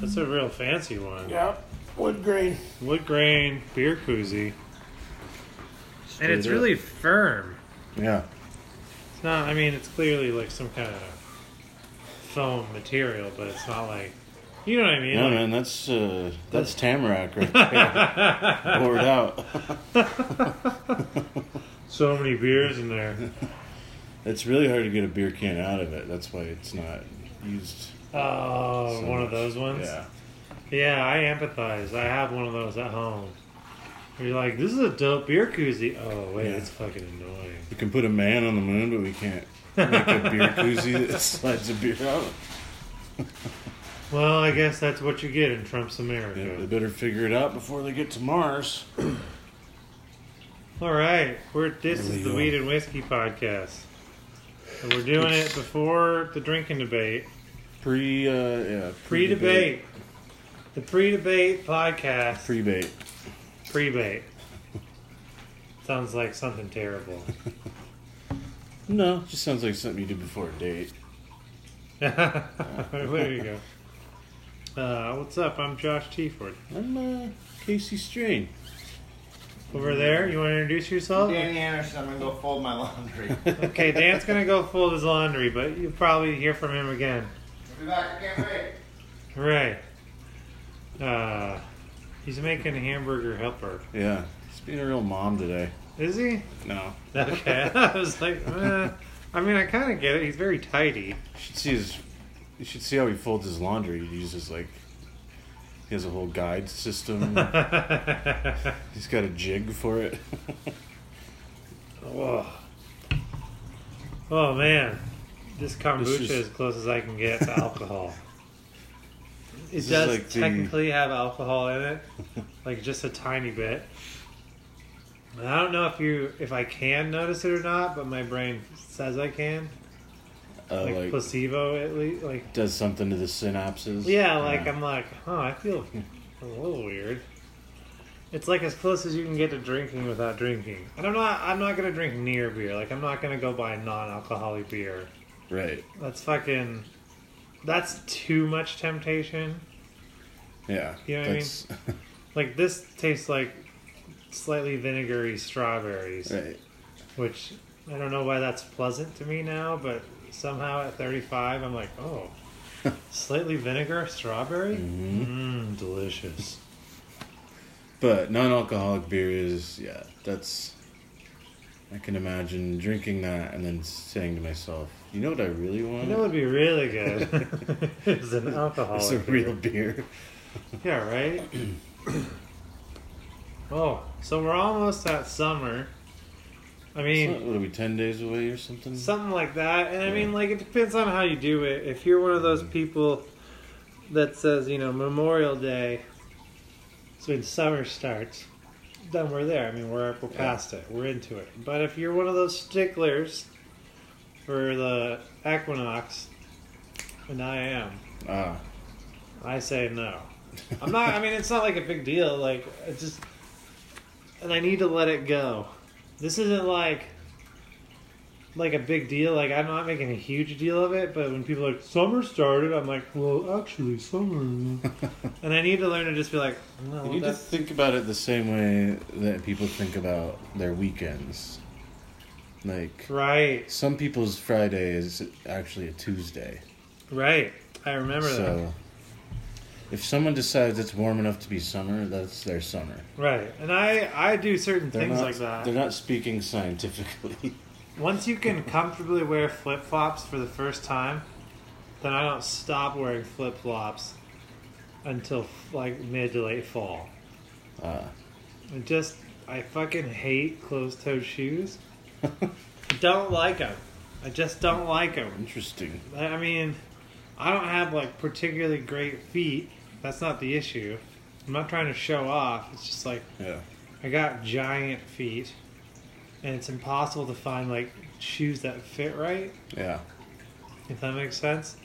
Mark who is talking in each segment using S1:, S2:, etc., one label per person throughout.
S1: That's a real fancy one.
S2: Yeah, wood grain.
S1: Wood grain beer koozie, and it's
S3: Straight up.
S1: really firm.
S3: Yeah.
S1: It's not. I mean, it's clearly like some kind of foam material, but it's not like you know what I mean.
S3: Yeah,
S1: like,
S3: man, that's uh, that's tamarack right there. poured out.
S1: so many beers in there.
S3: It's really hard to get a beer can out of it. That's why it's not used.
S1: Oh,
S3: so
S1: one of
S3: much.
S1: those ones.
S3: Yeah.
S1: Yeah, I empathize. I have one of those at home. Where You're like, this is a dope beer koozie. Oh wait,
S3: Yeah.
S1: it's fucking annoying.
S3: We can put a man on the moon, but we can't make a beer koozie that slides a beer out.
S1: Well, I guess that's what you get in Trump's America.
S3: Yeah, they better figure it out before they get to Mars.
S1: All right, we're this is the
S3: Illegal.
S1: Weed and Whiskey podcast. And we're doing it before the drinking debate,
S3: Pre, uh, yeah.
S1: pre-debate, the pre-debate podcast,
S3: Pre-bait.
S1: pre-bait. Sounds like something terrible.
S3: No, just sounds like something you do before a date.
S1: there you go. Uh, what's up? I'm Josh Teford.
S3: I'm uh, Casey Strain.
S1: Over there, you want to introduce yourself?
S4: Danny Anderson, I'm gonna go fold my laundry. I'll
S1: Okay, Dan's gonna go fold his laundry, but you'll probably hear from him again.
S4: be back, I can't wait.
S1: Hooray! Uh, he's making a hamburger helper.
S3: Yeah, he's being a real mom today.
S1: Is he?
S3: No,
S1: Okay. I was like, eh. I mean, I kind of get it. He's very tidy.
S3: you should see his. You should see how he folds his laundry. He uses like. He has a whole guide system.
S1: Whoa.
S3: he's got a jig for it.
S1: Oh man, this kombucha
S3: This is-
S1: is as close as I can get to alcohol. It
S3: This is
S1: does
S3: like the-
S1: technically have alcohol in it, like just a tiny bit. And I don't know if you if I can notice it or not, but my brain says I can.
S3: Uh,
S1: Like,
S3: like,
S1: placebo at least like
S3: does something to the synapses.
S1: Yeah, like I'm like, huh, I feel a little weird. It's like as close as you can get to drinking without drinking. And I'm not I'm not gonna drink near beer. Like I'm not gonna go buy non alcoholic beer.
S3: right.
S1: That's fucking that's too much temptation.
S3: Yeah.
S1: You know what I mean?
S3: I
S1: Like this tastes like slightly vinegary strawberries.
S3: right.
S1: Which I don't know why that's pleasant to me now, but somehow at thirty five I'm like, oh slightly vinegar strawberry? Mmm, delicious.
S3: But non-alcoholic beer is yeah. That's. I can imagine drinking that and then saying to myself, "You know what I really want?
S1: You know what would be really good is an
S3: it's a
S1: alcoholic.
S3: real beer."
S1: Yeah, right? oh, so we're almost at summer. I
S3: It's
S1: mean,
S3: not- what are we ten days away or something?
S1: something like that. And I mean, like, it depends on how you do it. If you're one of those people that says, you know, Memorial Day, so when summer starts, then we're there. I mean, we're, we're past it, we're into it. But if you're one of those sticklers for the equinox, and I am,
S3: Ah,
S1: I say no. I'm not. I mean, it's not like a big deal. Like it just, and I need to let it go. This isn't like, like a big deal. Like I'm not making a huge deal of it. But when people are like summer started, I'm like, well, actually, summer. and I need to learn to just be like, no,
S3: you need to
S1: that's,
S3: think about it the same way that people think about their weekends. Like
S1: right,
S3: some people's Friday is actually a Tuesday.
S1: right. I remember that.
S3: So if someone decides it's warm enough to be summer, that's their summer.
S1: Right, and I I do certain
S3: They're
S1: things
S3: not,
S1: like that.
S3: They're not speaking scientifically.
S1: Once you can comfortably wear flip flops for the first time, then I don't stop wearing flip flops until like mid to late fall.
S3: Ah.
S1: I just I fucking hate closed toed shoes. don't like them. I just don't like them.
S3: Interesting.
S1: I I mean, I don't have like particularly great feet. That's not the issue. I'm not trying to show off. It's just like
S3: Yeah.
S1: I got giant feet, and it's impossible to find like shoes that fit right.
S3: Yeah.
S1: If that makes sense.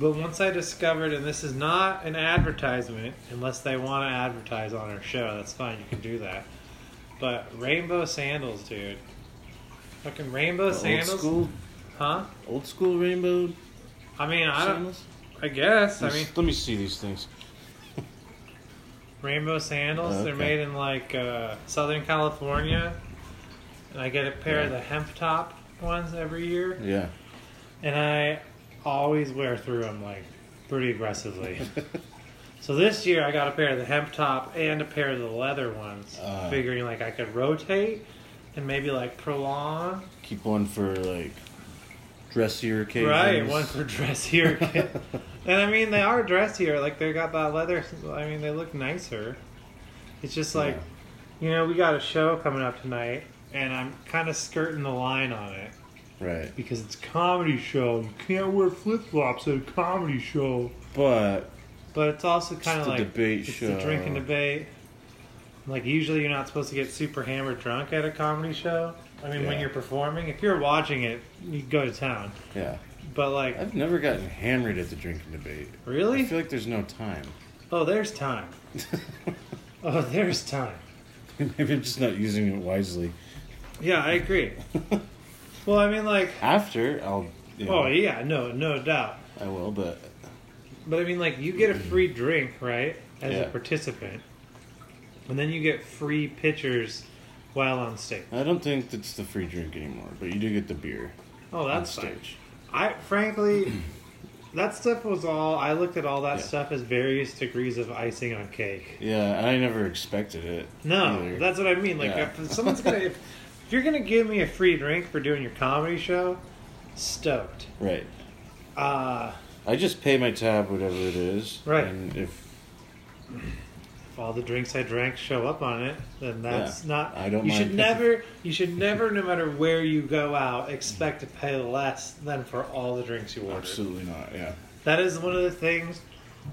S1: But once I discovered, and this is not an advertisement, unless they want to advertise on our show, that's fine, you can do that. But rainbow sandals, dude. Fucking rainbow
S3: Old
S1: sandals?
S3: school
S1: Huh?
S3: old school rainbow
S1: I mean, I don't.
S3: sandals?
S1: I guess. I mean,
S3: let me see these things.
S1: rainbow sandals. They're
S3: Okay.
S1: made in like uh, Southern California, and I get a pair of
S3: Yeah.
S1: the hemp top ones every year,
S3: Yeah.
S1: and I always wear through them like pretty aggressively. so this year I got a pair of the hemp top and a pair of the leather ones,
S3: Ah.
S1: figuring like I could rotate and maybe like prolong.
S3: Keep one for like dressier occasions.
S1: Right, one for dressier. and I mean, they are dressier. Like they got that leather. I mean, they look nicer. It's just like, you know, we got a show coming up tonight, and I'm kind of skirting the line on it
S3: Right.
S1: because it's a comedy show. You can't wear flip flops at a comedy show.
S3: But
S1: But it's also kind of
S3: It's the
S1: like
S3: debate
S1: it's
S3: show.
S1: the drinking debate. Like usually, you're not supposed to get super hammered drunk at a comedy show. I mean, when
S3: Yeah.
S1: you're performing, if you're watching it, you go to town.
S3: yeah,
S1: But like,
S3: I've never gotten hammered at the drinking debate.
S1: really?
S3: I feel like there's no time.
S1: Oh, there's time. oh, there's time.
S3: Maybe I'm just not using it wisely.
S1: Yeah, I agree. well, I mean, like,
S3: After I'll. You know,
S1: oh yeah, no, no doubt.
S3: I will, but
S1: But I mean, like, you get a free drink, right, as
S3: Mm-hmm. Yeah.
S1: a participant, and then you get free pitchers while on stage.
S3: I don't think it's the free drink anymore. But you do get the beer
S1: Oh,
S3: on
S1: that's fine.
S3: stage.
S1: I frankly, that stuff was all. I looked at all that
S3: Yeah.
S1: stuff as various degrees of icing on cake.
S3: Yeah, and I never expected it.
S1: No,
S3: either.
S1: that's what I mean. Like,
S3: Yeah.
S1: if someone's gonna, if, if you're gonna give me a free drink for doing your comedy show, stoked.
S3: right.
S1: Uh,
S3: I just pay my tab, whatever it is.
S1: Right.
S3: And if
S1: if all the drinks I drank show up on it, then that's
S3: Yeah,
S1: not.
S3: I don't
S1: You
S3: mind.
S1: should never. You should never, no matter where you go out, expect to pay less than for all the drinks you ordered.
S3: absolutely not, yeah.
S1: That is one of the things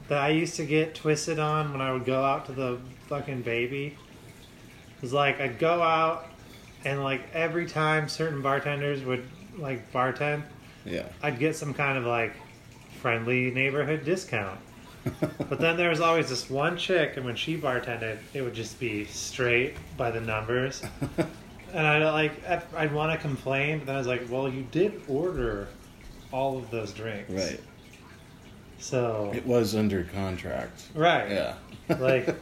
S1: that I used to get twisted on when I would go out to the fucking baby. It's like I'd go out and like every time certain bartenders would like bartend,
S3: Yeah.
S1: I'd get some kind of like friendly neighborhood discount. but then there was always this one chick, and when she bartended, it would just be straight by the numbers. and I'd like, I'd- I'd want to complain, but then I was like, well, you did order all of those drinks.
S3: Right.
S1: So,
S3: It was under contract.
S1: right.
S3: Yeah.
S1: like,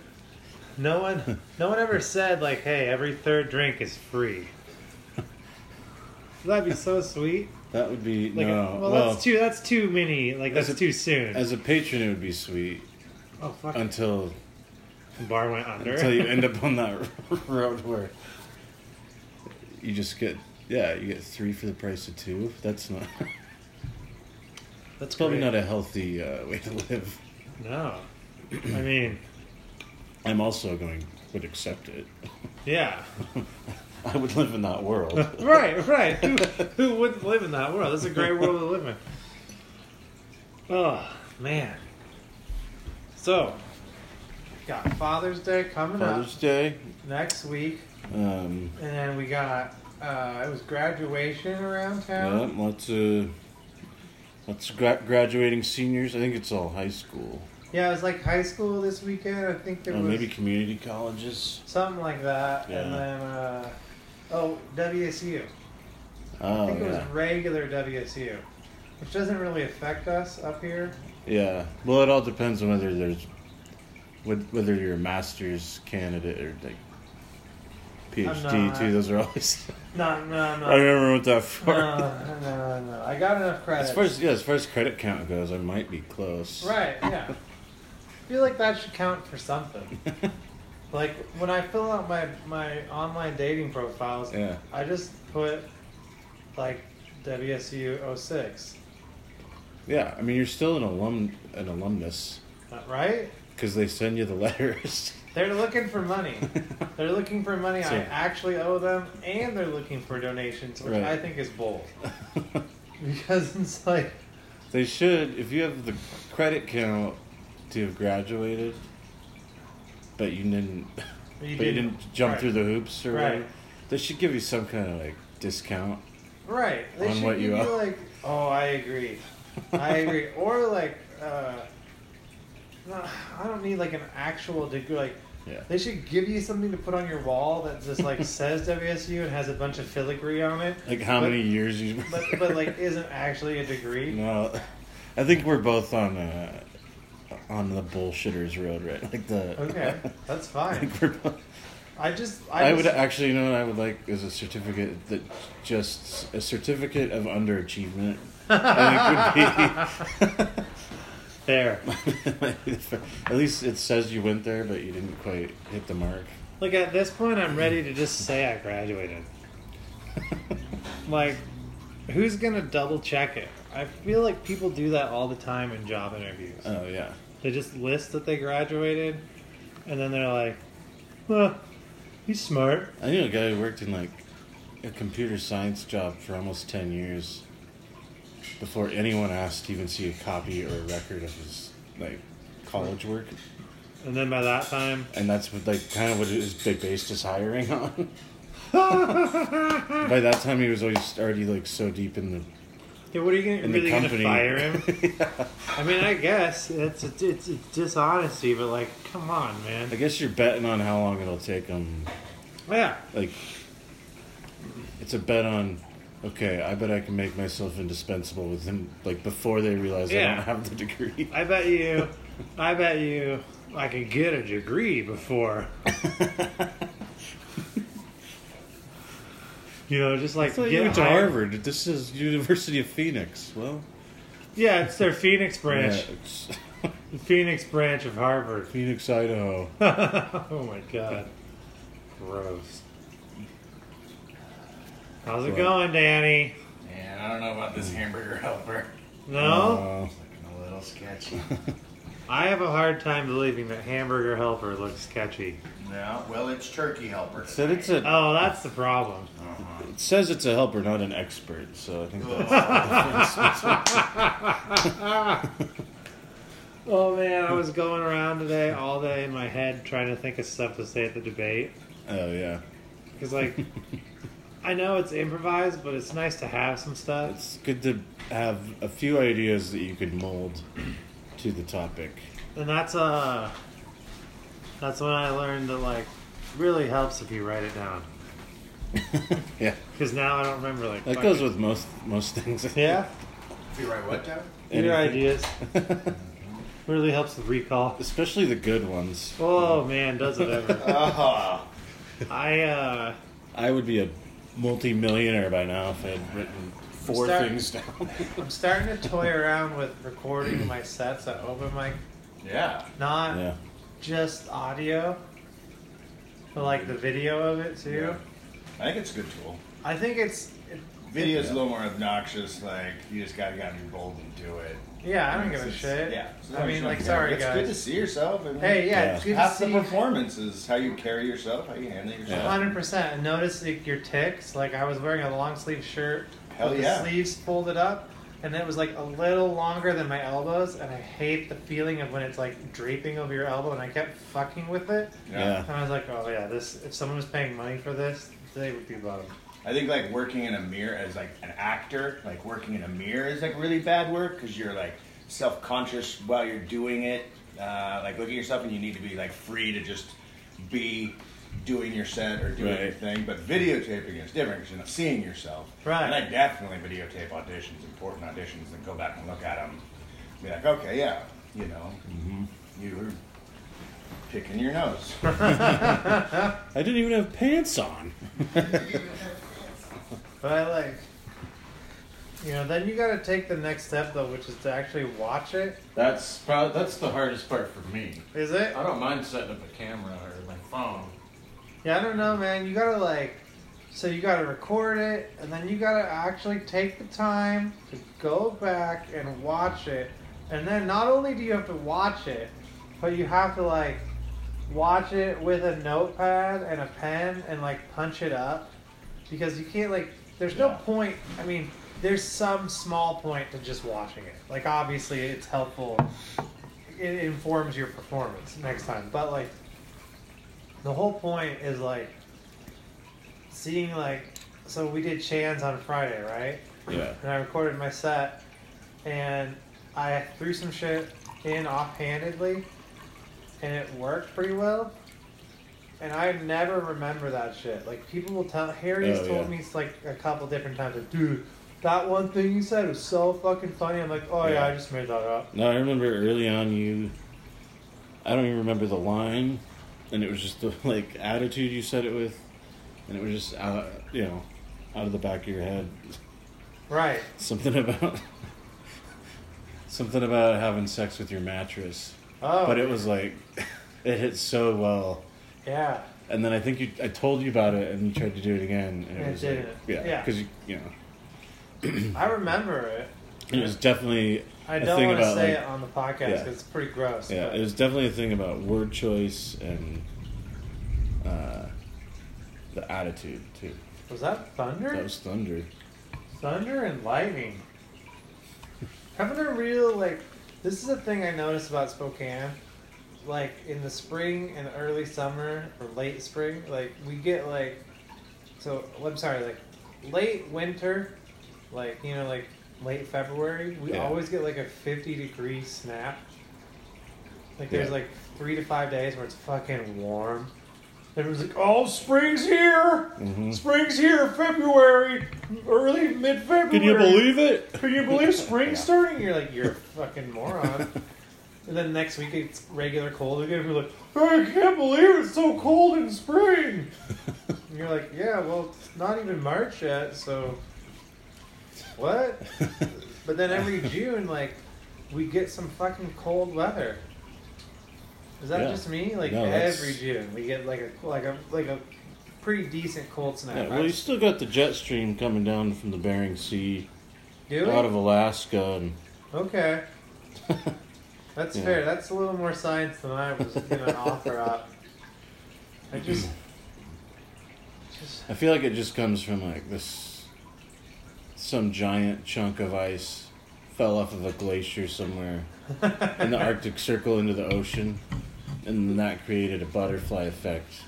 S1: no one, no one ever said like, hey, every third drink is free. That'd be so sweet.
S3: That would be
S1: Like,
S3: no.
S1: well,
S3: Well,
S1: that's too that's too many. Like
S3: As
S1: that's
S3: a-
S1: too soon.
S3: as a patron, it would be sweet
S1: oh fuck!
S3: until
S1: the bar went under.
S3: until you end up on that road where you just get yeah, you get three for the price of two. That's not.
S1: that's
S3: It's probably
S1: great.
S3: not a healthy uh, way to live.
S1: No, I mean,
S3: I'm also going would accept it.
S1: yeah,
S3: I would live in that world.
S1: right, right. Who, who wouldn't live in that world? That's a great world to live in. Oh man. So, got Father's Day coming
S3: Father's Day.
S1: up next week,
S3: Um,
S1: and then we got uh, it was graduation around
S3: yeah,
S1: town.
S3: lots of lots of gra- graduating seniors. I think it's all high school.
S1: Yeah, it was like high school this weekend. I think there
S3: Or
S1: was
S3: Uh, maybe community colleges.
S1: something like that, and
S3: Yeah.
S1: then uh, oh WSU. I
S3: Oh
S1: think it
S3: yeah.
S1: was regular WSU, which doesn't really affect us up here.
S3: Yeah. Well, it all depends on whether there's whe- whether you're a master's candidate or like PhD
S1: not.
S3: too. Those are always.
S1: No, no,
S3: I
S1: no.
S3: never went that
S1: No,
S3: far.
S1: no, no, no. I got enough credit.
S3: As far as yeah, as far as credit count goes, I might be close.
S1: right, yeah. I feel like that should count for something. like when I fill out my my online dating profiles,
S3: Yeah.
S1: I just put like WSU 06,
S3: Yeah. I mean, you're still an alum an alumnus
S1: Uh, right?
S3: because they send you the letters.
S1: They're looking for money. They're looking for money I
S3: So-
S1: actually owe them, and they're looking for donations, which
S3: Right.
S1: I think is bold. Because it's like,
S3: they should if you have the credit count to have graduated, but you didn't.
S1: you
S3: but you didn't jump
S1: right.
S3: through the hoops or
S1: Right.
S3: whatever. They should give you some kind of like discount.
S1: Right. They
S3: on
S1: should
S3: what
S1: give
S3: you
S1: you
S3: owe.
S1: like, oh, I agree. I agree. Or like, uh, no, I don't need like an actual degree. Like,
S3: Yeah.
S1: they should give you something to put on your wall that just like says WSU and has a bunch of filigree on it,
S3: Like how
S1: But-
S3: many years you?
S1: but but like isn't actually a degree.
S3: no, I think we're both on uh, on the bullshitters road, right? Like the
S1: Okay, that's
S3: I
S1: fine.
S3: think we're both,
S1: I just I,
S3: I would
S1: just-
S3: actually, you know, what I would like is a certificate that just a certificate of underachievement. I think would be.
S1: there.
S3: At least it says you went there, but you didn't quite hit the mark.
S1: Like at this point, I'm ready to just say I graduated. Like, who's gonna double check it? I feel like people do that all the time in job interviews.
S3: oh yeah,
S1: They just list that they graduated, and then they're like, "Huh, he's smart."
S3: I knew a guy who worked in like a computer science job for almost ten years before anyone asked to even see a copy or a record of his like college work,
S1: And then by that time,
S3: and that's what like kind of what it is they based his hiring on. By that time, he was always already like so deep in the
S1: yeah, what are you gonna,
S3: in
S1: really
S3: the
S1: gonna
S3: company.
S1: fire him?
S3: Yeah.
S1: I mean, I guess it's, it's it's dishonesty, but like, come on, man.
S3: I guess you're betting on how long it'll take him.
S1: yeah,
S3: Like, it's a bet on. Okay, I bet I can make myself indispensable with him. Like before they realize I
S1: Yeah.
S3: don't have the degree.
S1: I bet you, I bet you, I could get a degree before. You know, just like
S3: I thought
S1: get
S3: you went to
S1: hired.
S3: Harvard. This is University of Phoenix. Well,
S1: Yeah, it's their Phoenix branch,
S3: yeah, it's
S1: the Phoenix branch of Harvard.
S3: Phoenix, Idaho.
S1: oh my god, gross. How's it
S3: What?
S1: going, Danny?
S4: Man, I don't know about this hamburger helper.
S3: Uh,
S1: No,
S4: It's looking a little sketchy.
S1: I have a hard time believing that hamburger helper looks sketchy.
S4: no, well, it's turkey helper.
S3: it said it's a.
S1: Oh, that's the problem.
S3: It says it's a helper, not an expert. So I think that's.
S1: Ah. Oh man, I was going around today all day in my head trying to think of stuff to say at the debate.
S3: Oh yeah,
S1: Because, like, I know it's improvised, but it's nice to have some stuff.
S3: it's good to have a few ideas that you could mold to the topic.
S1: And that's, uh, that's when I learned that, like, really helps if you write it down.
S3: Yeah.
S1: Because now I don't remember, like,
S3: That
S1: fuck
S3: goes
S1: it.
S3: with most most things. I think.
S1: Yeah?
S4: If you write what down?
S1: Your
S3: Anything.
S1: ideas really helps with recall.
S3: Especially the good ones.
S1: Oh man, does it ever.
S4: Oh,
S1: I, uh,
S3: I would be a multi-millionaire by now if I had written four
S1: Start-
S3: things down.
S1: I'm starting to toy around with recording my sets at open mic.
S4: yeah.
S1: Not
S3: yeah.
S1: just audio, but like the video of it too.
S4: Yeah. I think it's a good tool.
S1: I think it's, it,
S4: Video's
S3: Yeah.
S4: a little more obnoxious. Like you just gotta gotta be bold and do it.
S1: yeah, I don't
S4: It's
S1: give a
S4: just-
S1: shit.
S4: Yeah. It's
S1: I
S4: not
S1: mean,
S4: much
S1: like,
S4: fun.
S1: sorry
S4: it's good to
S1: guys.
S4: see yourself. And
S1: Hey, yeah,
S3: Yeah.
S1: it's good
S4: half
S1: to
S4: the
S1: see.
S4: performance is how you carry yourself, how you handle yourself.
S1: Hundred percent. And notice like, your ticks. Like I was wearing a long sleeve shirt
S4: Hell
S1: with
S4: yeah.
S1: the sleeves folded up, and it was like a little longer than my elbows. And I hate the feeling of when it's like draping over your elbow. And I kept fucking with it.
S3: Yeah.
S1: And I was like, oh yeah, this. If someone was paying money for this, they would be bummed.
S4: I think like working in a mirror as like an actor, like working in a mirror is like really bad work because you're like self conscious while you're doing it. Uh, like look at yourself and you need to be like free to just be doing your set or doing
S3: Right.
S4: your thing. But videotaping is different because you're not seeing yourself.
S1: Right.
S4: And I definitely videotape auditions, important auditions, and go back and look at them. Be like, okay, yeah, you know, you were picking your nose.
S3: I didn't even have pants on.
S1: But I like, you know, then you got to take the next step though, which is to actually watch it.
S2: That's probably that's the hardest part for me.
S1: Is it?
S2: I don't mind setting up a camera or my phone.
S1: Yeah, I don't know, man. You gotta like, so you gotta record it, and then you gotta actually take the time to go back and watch it. And then not only do you have to watch it, but you have to like watch it with a notepad and a pen and like punch it up because you can't like. There's no
S4: Yeah.
S1: point. I mean, there's some small point to just watching it. Like obviously, it's helpful. It informs your performance next time, but like the whole point is like seeing like so we did Chan's on Friday, right?
S3: Yeah.
S1: And I recorded my set and I threw some shit in offhandedly and it worked pretty well. And I never remember that shit. Like people will tell Harry's
S3: Oh,
S1: told
S3: yeah.
S1: me it's like a couple different times like, dude, that one thing you said was so fucking funny. I'm like, oh yeah,
S4: Yeah.
S1: I just made that up.
S3: No, I remember early on you. I don't even remember the line, and it was just the like attitude you said it with, and it was just out, you know, out of the back of your head.
S1: Right.
S3: Something about something about having sex with your mattress,
S1: Oh,
S3: but it was like it hit so well.
S1: yeah.
S3: And then I think you, I told you about it, and you tried to do it again, and it
S1: And it
S3: was like,
S1: didn't.
S3: yeah,
S1: Yeah.
S3: because you, you know,
S1: I remember it.
S3: it was definitely
S1: I
S3: a
S1: don't
S3: thing
S1: want to
S3: about,
S1: say
S3: like-
S1: it on the podcast 'cause
S3: Yeah.
S1: it's pretty gross.
S3: Yeah,
S1: but-
S3: it was definitely a thing about word choice and uh, the attitude too.
S1: was that thunder?
S3: That was thunder.
S1: Thunder and lightning. Having a real like this is a thing I noticed about Spokane. Like in the spring and early summer or late spring, like we get like so I'm sorry, like late winter, like you know, like late February, we
S3: Yeah.
S1: always get like a fifty degree snap. Like there's
S3: Yeah.
S1: like three to five days where it's fucking warm. Everyone's like, "Oh, spring's here!
S3: Mhm.
S1: Spring's here! February, early mid February."
S3: Can you believe it?
S1: Can you believe spring's starting? You're like, you're a fucking moron. and then next week it's regular cold again. We're like, I can't believe it's so cold in spring. and you're like, yeah, well, it's not even March yet, so what? But then every June, like, we get some fucking cold weather. Is that
S3: Yeah.
S1: just me? Like
S3: No, that's-
S1: every June, we get like a like a like a pretty decent cold snap.
S3: Yeah, well, you still got the jet stream coming down from the Bering Sea
S1: Do we?
S3: out of Alaska, and
S1: Okay. That's
S3: Yeah.
S1: fair. That's a little more science than I was going to offer up. I just. just
S3: I feel like it just comes from like this some giant chunk of ice fell off of a glacier somewhere in the Arctic Circle into the ocean, and then that created a butterfly effect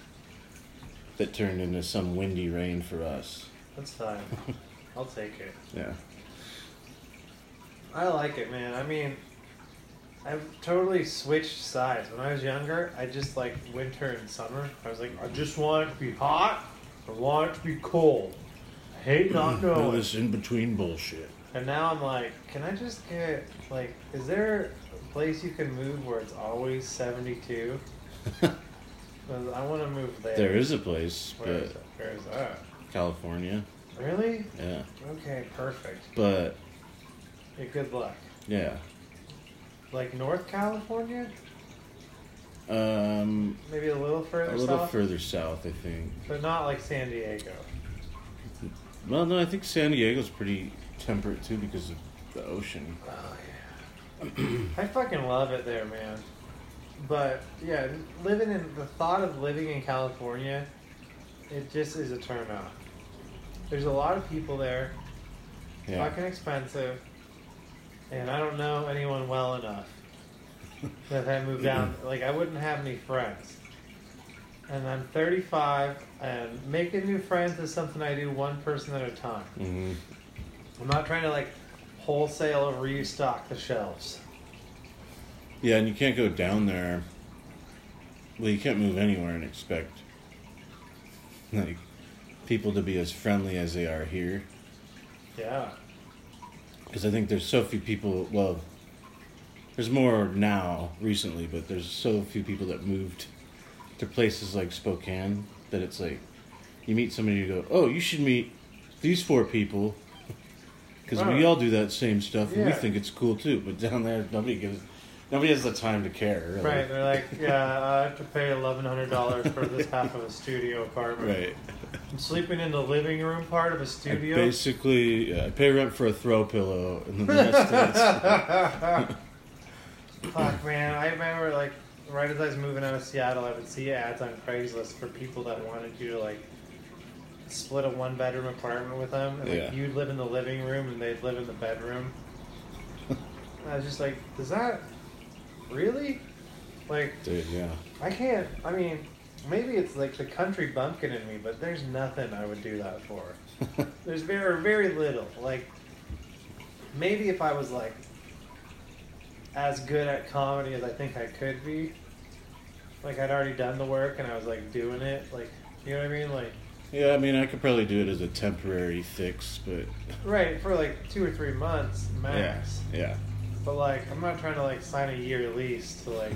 S3: that turned into some windy rain for us.
S1: that's fine. I'll take it.
S3: Yeah.
S1: I like it, man. I mean, I've totally switched sides. When I was younger, I just like winter and summer. I was like, I just want it to be hot. I want it to be cold. I hate not
S3: All
S1: knowing.
S3: this in between bullshit.
S1: And now I'm like, can I just get like, is there a place you can move where it's always 72? 'Cause I want to move there.
S3: There is a place,
S1: Where
S3: but
S1: is it? Where is that?
S3: California.
S1: Really?
S3: Yeah.
S1: Okay, perfect.
S3: But
S1: Yeah, good luck.
S3: yeah.
S1: Like North California,
S3: Um
S1: maybe a little
S3: a
S1: further
S3: little
S1: south,
S3: further south, I think.
S1: but not like San Diego.
S3: Well, no, I think San Diego's pretty temperate too because of the ocean.
S1: Oh yeah. I fucking love it there, man. But yeah, living in the thought of living in California, it just is a turn off. There's a lot of people there,
S3: Yeah.
S1: fucking expensive, and I don't know anyone well enough that if I moved down. Like I wouldn't have any friends. And I'm 35, and making new friends is something I do one person at a time.
S3: hmm
S1: I'm not trying to like wholesale restock the shelves.
S3: Yeah, and you can't go down there. Well, you can't move anywhere and expect like people to be as friendly as they are here.
S1: Yeah.
S3: because I think there's so few people. Well, there's more now recently, but there's so few people that moved to places like Spokane that it's like you meet somebody, you go, "Oh, you should meet these four people," because we
S1: Right.
S3: all do that same stuff and we
S1: Yeah.
S3: think it's cool too. But down there, nobody gives, nobody has the time to care. Really.
S1: Right. They're like, yeah, I have to pay eleven hundred dollars for this half of a studio apartment.
S3: Right.
S1: I'm sleeping in the living room part of a
S3: I
S1: studio.
S3: basically, yeah, I pay rent for a throw pillow, and then the rest of it's
S1: Fuck, man. I remember like right as I was moving out of Seattle, I would see ads on Craigslist for people that wanted you to like split a one bedroom apartment with them, and like
S3: Yeah.
S1: you'd live in the living room and they'd live in the bedroom. And I was just like, does that really? Like,
S3: dude. Yeah.
S1: I can't. I mean, maybe it's like the country bumpkin in me, but there's nothing I would do that for. there's very, very little. Like, maybe if I was like as good at comedy as I think I could be, like I'd already done the work and I was like doing it. Like, you know what I mean? Like,
S3: Yeah, I mean, I could probably do it as a temporary fix, but
S1: Right, for like two or three months
S3: yeah,
S1: max.
S3: yeah.
S1: But like, I'm not trying to like sign a year lease to like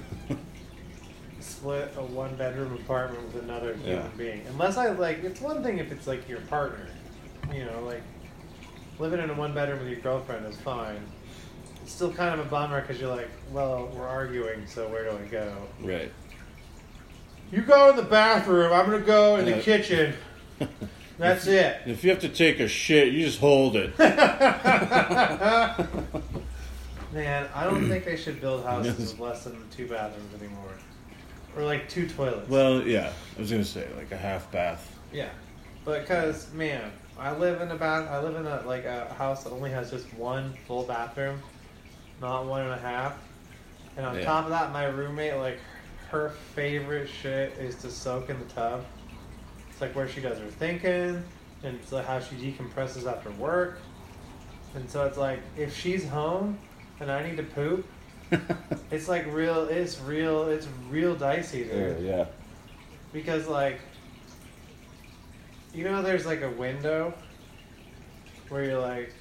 S1: split a one bedroom apartment with another
S3: Yeah.
S1: human being. Unless I like, it's one thing if it's like your partner. You know, like living in a one bedroom with your girlfriend is fine. It's still kind of a bummer because you're like, well, we're arguing, so where do I go?
S3: right.
S1: You go in the bathroom. I'm gonna go in the
S3: Yeah.
S1: kitchen. That's it.
S3: If you have to take a shit, you just hold it.
S1: Man, I don't think they should build houses with less than two bathrooms anymore, or like two toilets.
S3: well, yeah, I was gonna say like a half bath.
S1: yeah, because man, I live in a bath. I live in a like a house that only has just one full bathroom, not one and a half. And on
S3: Yeah.
S1: top of that, my roommate like her favorite shit is to soak in the tub. It's like where she does her thinking, and it's like how she decompresses after work. And so it's like if she's home and I need to poop, It's like real. It's real. It's real dicey, dude.
S3: yeah.
S1: Because like, you know, there's like a window where you're like,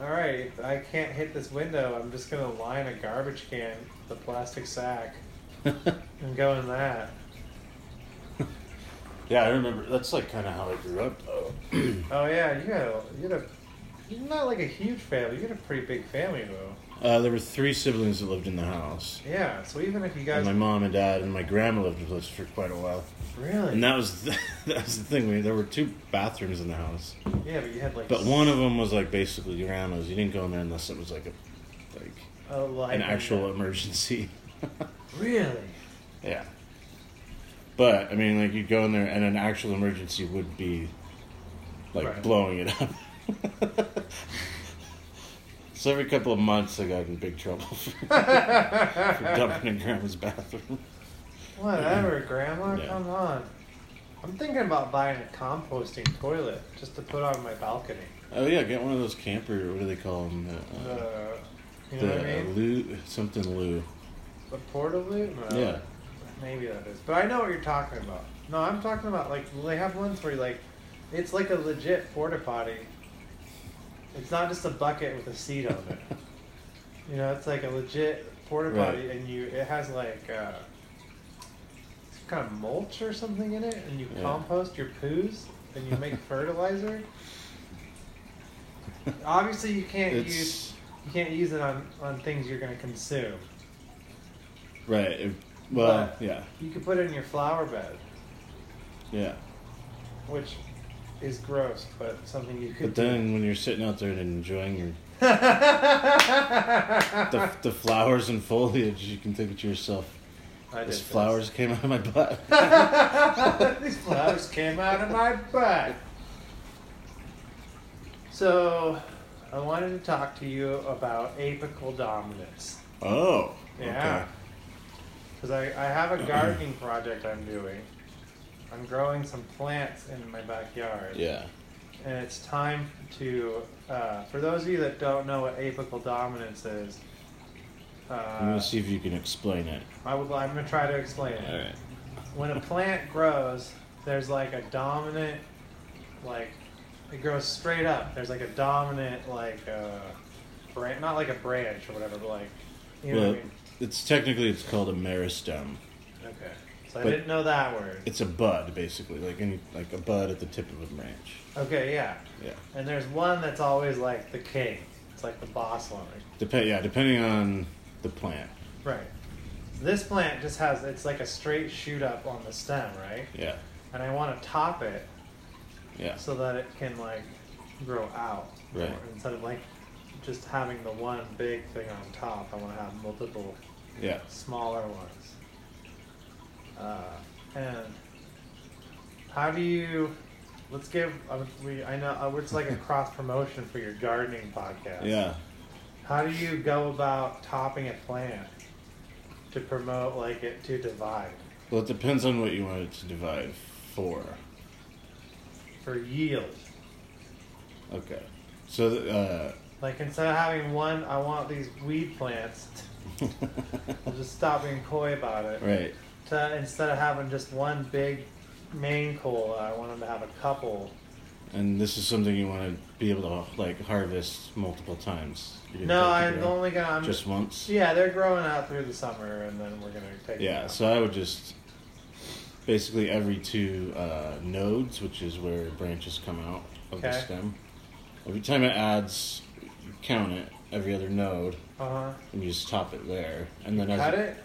S1: all right, if I can't hit this window. I'm just gonna line a garbage can, the plastic sack, and go in that.
S3: yeah, I remember. That's like kind of how I grew up, though.
S1: Oh yeah, you had a, you had a, you're not like a huge family. You had a pretty big family though.
S3: Uh, there were three siblings that lived in the house.
S1: Yeah. So even if you guys
S3: And my mom and dad and my grandma lived with us for quite a while.
S1: really,
S3: And that was that was the thing. We, there were two bathrooms in the house,
S1: yeah, but you had like
S3: but one of them was like basically Urano's. You didn't go in there unless it was like a like
S1: a light
S3: an
S1: window.
S3: actual emergency.
S1: really.
S3: yeah. But I mean, like you'd go in there, and an actual emergency would be like
S1: Right.
S3: blowing it up. so every couple of months, I got in big trouble for, for dumping in grandma's bathroom.
S1: Whatever, Grandma,
S3: Yeah.
S1: come on. I'm thinking about buying a composting toilet just to put on my balcony.
S3: Oh yeah, get one of those camper. What do they call them? The, uh,
S1: The, you know
S3: the
S1: what I mean?
S3: loo, something loo.
S1: The porta loop? No.
S3: Yeah.
S1: Maybe that is. But I know what you're talking about. No, I'm talking about like they have ones where like it's like a legit porta potty. It's not just a bucket with a seat on it. You know, it's like a legit porta potty,
S3: Right.
S1: and you it has like uh, some kind of mulch or something in it, and you
S3: Yeah.
S1: compost your poos and you make fertilizer. Obviously, you can't use
S3: It's
S1: you can't use it on on things you're going to consume.
S3: right. it- well,
S1: But-
S3: yeah,
S1: You could put it in your flower bed,
S3: yeah.
S1: which is gross, but something you could.
S3: But then when you're sitting out there and enjoying your the, the flowers and foliage, you can think to yourself,
S1: I did
S3: "These
S1: this.
S3: flowers came out of my butt."
S1: These flowers came out of my butt. So, I wanted to talk to you about apical dominance.
S3: oh,
S1: Yeah.
S3: okay.
S1: Because I, I have a gardening project I'm doing. I'm growing some plants in my backyard.
S3: yeah,
S1: and it's time to uh, for those of you that don't know what apical dominance is
S3: I'm gonna
S1: uh,
S3: see if you can explain it.
S1: I would, i'm going to try to explain it
S3: All right.
S1: when a plant grows there's like a dominant like it grows straight up there's like a dominant like uh, branch not like a branch or whatever but like you know
S3: Well,
S1: what i mean
S3: it's technically it's called a meristem.
S1: okay so i
S3: but-
S1: didn't know that word
S3: It's a bud, basically, like any like a bud at the tip of a branch.
S1: okay yeah
S3: Yeah.
S1: and there's one that's always like the king it's like the boss one
S3: Dep- yeah, depending on the plant.
S1: Right. This plant just has it's like a straight shoot up on the stem, right?
S3: Yeah.
S1: And I want to top it
S3: Yeah.
S1: so that it can like grow out.
S3: Right.
S1: Instead of like just having the one big thing on top, I want to have multiple
S3: Yeah.
S1: smaller ones. Uh, and how do you? Let's give. I would- we, I know uh, it's like a cross promotion for your gardening podcast.
S3: Yeah.
S1: How do you go about topping a plant to promote like it to divide?
S3: Well, it depends on what you want it to divide for.
S1: For yield.
S3: Okay. So, th- uh,
S1: Like instead of having one, I want these weed plants. I'll just stop being coy about it.
S3: right.
S1: To, instead of having just one big main cola. I want them to have a couple.
S3: And this is something you want to be able to like harvest multiple times. You didn't
S1: No,
S3: have to
S1: I'm
S3: grow
S1: only gonna. I'm,
S3: just once.
S1: yeah, they're growing out through the summer, and then we're gonna take. them
S3: Yeah,
S1: out.
S3: so I would just basically every two uh, nodes, which is where branches come out of the
S1: Okay.
S3: stem. Every time it adds, you count it every other node,
S1: Uh-huh.
S3: and you just top it there, and then as
S1: Cut it.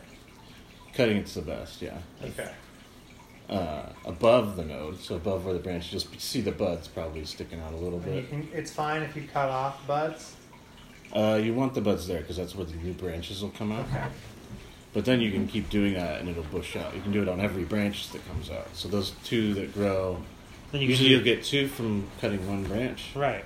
S3: cutting it's the best. Yeah,
S1: Okay.
S3: uh, above the node, so above where the branch, you just see the buds probably sticking out a little
S1: And you
S3: bit.
S1: can. It's fine if you cut off buds.
S3: Uh, you want the buds there because that's where the new branches will come out.
S1: Okay.
S3: But then you can keep doing that, and it'll bush out. You can do it on every branch that comes out. So those two that grow
S1: Then
S3: Usually you'll get two from cutting one branch,
S1: right.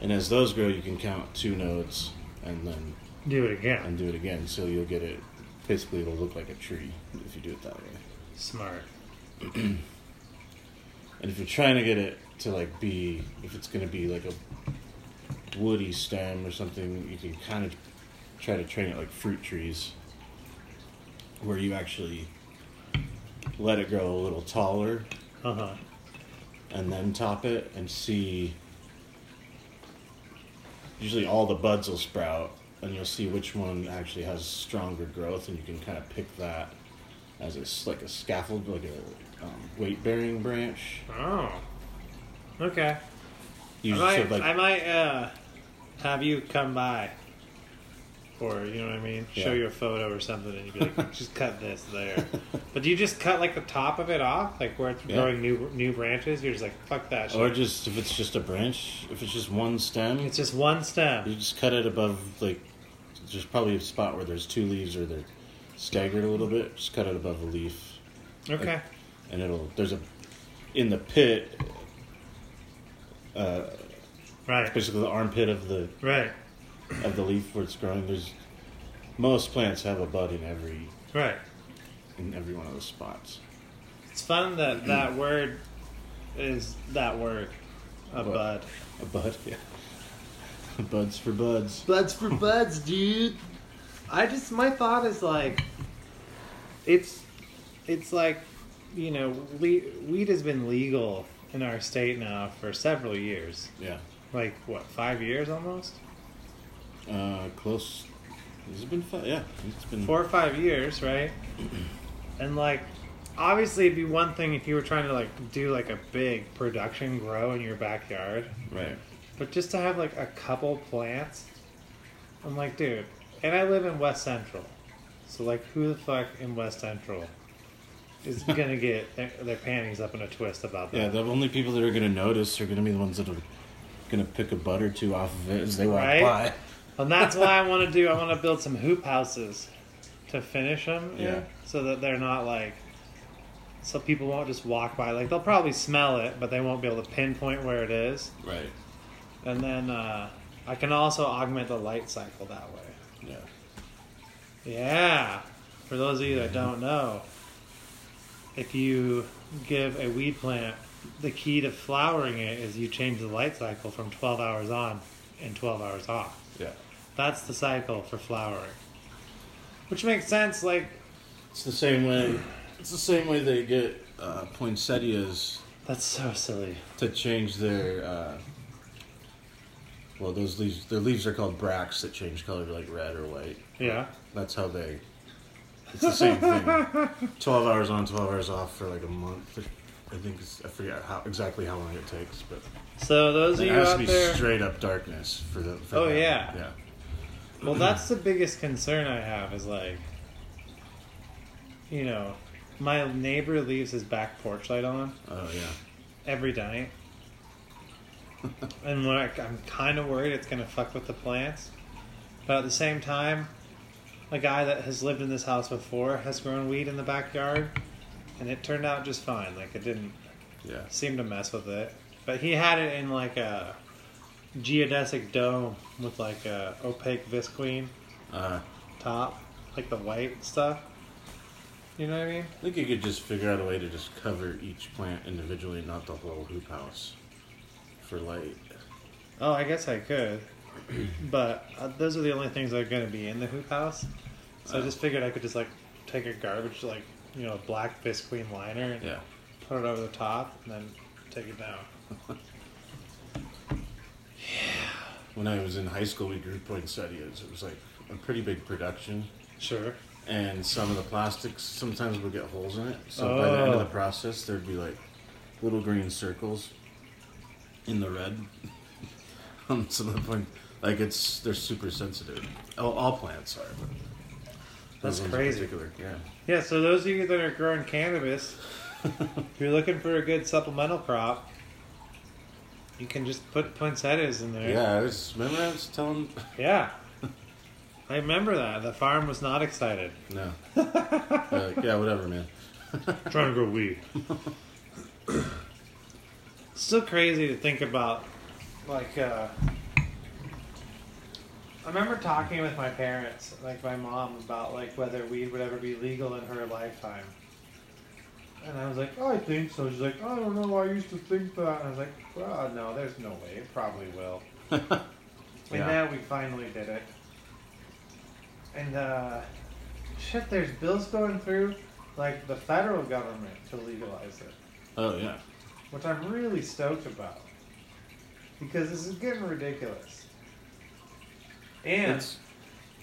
S3: and as those grow, you can count two nodes and then
S1: Do it again.
S3: and do it again. So you'll get it. Basically, it'll look like a tree if you do it that way.
S1: Smart.
S3: And if you're trying to get it to like be, if it's going to be like a woody stem or something, you can kind of try to train it like fruit trees, where you actually let it grow a little taller
S1: Uh huh.
S3: and then top it and see. Usually, all the buds will sprout, and you'll see which one actually has stronger growth, and you can kind of pick that as it's like a scaffold, like a um, weight bearing branch.
S1: Oh. Okay. I
S3: You
S1: might,
S3: should, like,
S1: I might uh, have you come by, or you know what I mean. Show
S3: Yeah.
S1: you a photo or something, and you'd be like, "Just cut this there." But do you just cut like the top of it off, like where it's
S3: Yeah.
S1: growing new new branches? You're just like, "Fuck that shit."
S3: or just if it's just a branch, if it's just one stem,
S1: it's just one
S3: you
S1: stem.
S3: just cut it above like there's probably a spot where there's two leaves or they're staggered a little bit. Just cut it above a leaf.
S1: Okay.
S3: and it'll there's a in the pit
S1: Right.
S3: basically the armpit of the
S1: Right.
S3: of the leaf where it's growing there's most plants have a bud in every
S1: Right.
S3: in every one of those spots
S1: It's fun that that word is that word, a
S3: What?
S1: bud.
S3: a bud yeah buds for buds
S1: Buds for buds, dude. I just my thought is like, it's, it's like, you know, weed, weed has been legal in our state now for several years.
S3: yeah
S1: Like what, five years almost?
S3: uh close has it been fi- yeah it's been
S1: Four or five years, right? And like, obviously, it'd be one thing if you were trying to like do like a big production grow in your backyard,
S3: right
S1: but just to have like a couple plants, I'm like, dude. And I live in West Central, so like, who the fuck in West Central is gonna get their, their panties up in a twist about that?
S3: yeah the only people that are gonna notice are gonna be the ones that are gonna pick a bud or two off of it as they walk
S1: Right?
S3: by
S1: And that's what I want to do. I want to build some hoop houses to finish them.
S3: Yeah.
S1: So that they're not like, so people won't just walk by. Like they'll probably smell it, but they won't be able to pinpoint where it is.
S3: right
S1: And then uh, I can also augment the light cycle that way.
S3: yeah
S1: Yeah. For those of you that don't know, if you give a weed plant the key to flowering it is you change the light cycle from 12 hours on and 12 hours off.
S3: yeah
S1: That's the cycle for flowering. Which makes sense, like
S3: It's the same way. It's the same way they get uh, poinsettias
S1: that's so silly.
S3: to change their. Uh, well, those leaves. Their leaves are called bracts that change color to like red or white.
S1: Yeah.
S3: That's how they. It's the same thing. Twelve hours on, twelve hours off for like a month. I think it's, I forget how exactly how long it takes, but
S1: So those of
S3: it
S1: you
S3: has to be
S1: out there
S3: straight up darkness for the. For
S1: Oh,
S3: that.
S1: yeah.
S3: yeah.
S1: Well that's the biggest concern I have is like you know, my neighbor leaves his back porch light on
S3: Oh yeah.
S1: every night. and when I, I'm kind of worried it's going to fuck with the plants. But at the same time, a guy that has lived in this house before has grown weed in the backyard and it turned out just fine. Like it didn't
S3: Yeah.
S1: seemed to mess with it. But he had it in like a geodesic dome with like a opaque visqueen
S3: Uh,
S1: top, like the white stuff. You know what I mean?
S3: I think you could just figure out a way to just cover each plant individually, not the whole hoop house, for light.
S1: Oh, I guess I could. But uh, those are the only things that are going to be in the hoop house. So I just figured I could just like take a garbage, like, you know, black visqueen liner and
S3: Yeah,
S1: put it over the top, and then take it down.
S3: When I was in high school, we grew poinsettias. It was like a pretty big production.
S1: Sure.
S3: and some of the plastics sometimes would get holes in it. So by the end of
S1: Oh.
S3: the process, there'd be like little green circles in the red on some of the point. Like it's they're super sensitive. All, all plants are. but
S1: That's
S3: those ones in
S1: crazy.
S3: particular, Yeah.
S1: Yeah, so those of you that are growing cannabis, if you're looking for a good supplemental crop, you can just put poinsettias in there.
S3: Yeah. I was remember I was telling.
S1: Yeah. I remember that. The farm was not excited.
S3: No. Uh, yeah. Whatever, man.
S1: Trying to grow weed. Still crazy to think about. Like, uh, I remember talking with my parents, like my mom, about like whether weed would ever be legal in her lifetime. And I was like, oh, I think so. She's like, I don't know. I used to think that. And I was like, well, no, there's no way. It probably will. And
S3: Yeah.
S1: now we finally did it. And uh, shit, there's bills going through, like the federal government to legalize it,
S3: Oh yeah.
S1: which I'm really stoked about because this is getting ridiculous. And
S3: It's-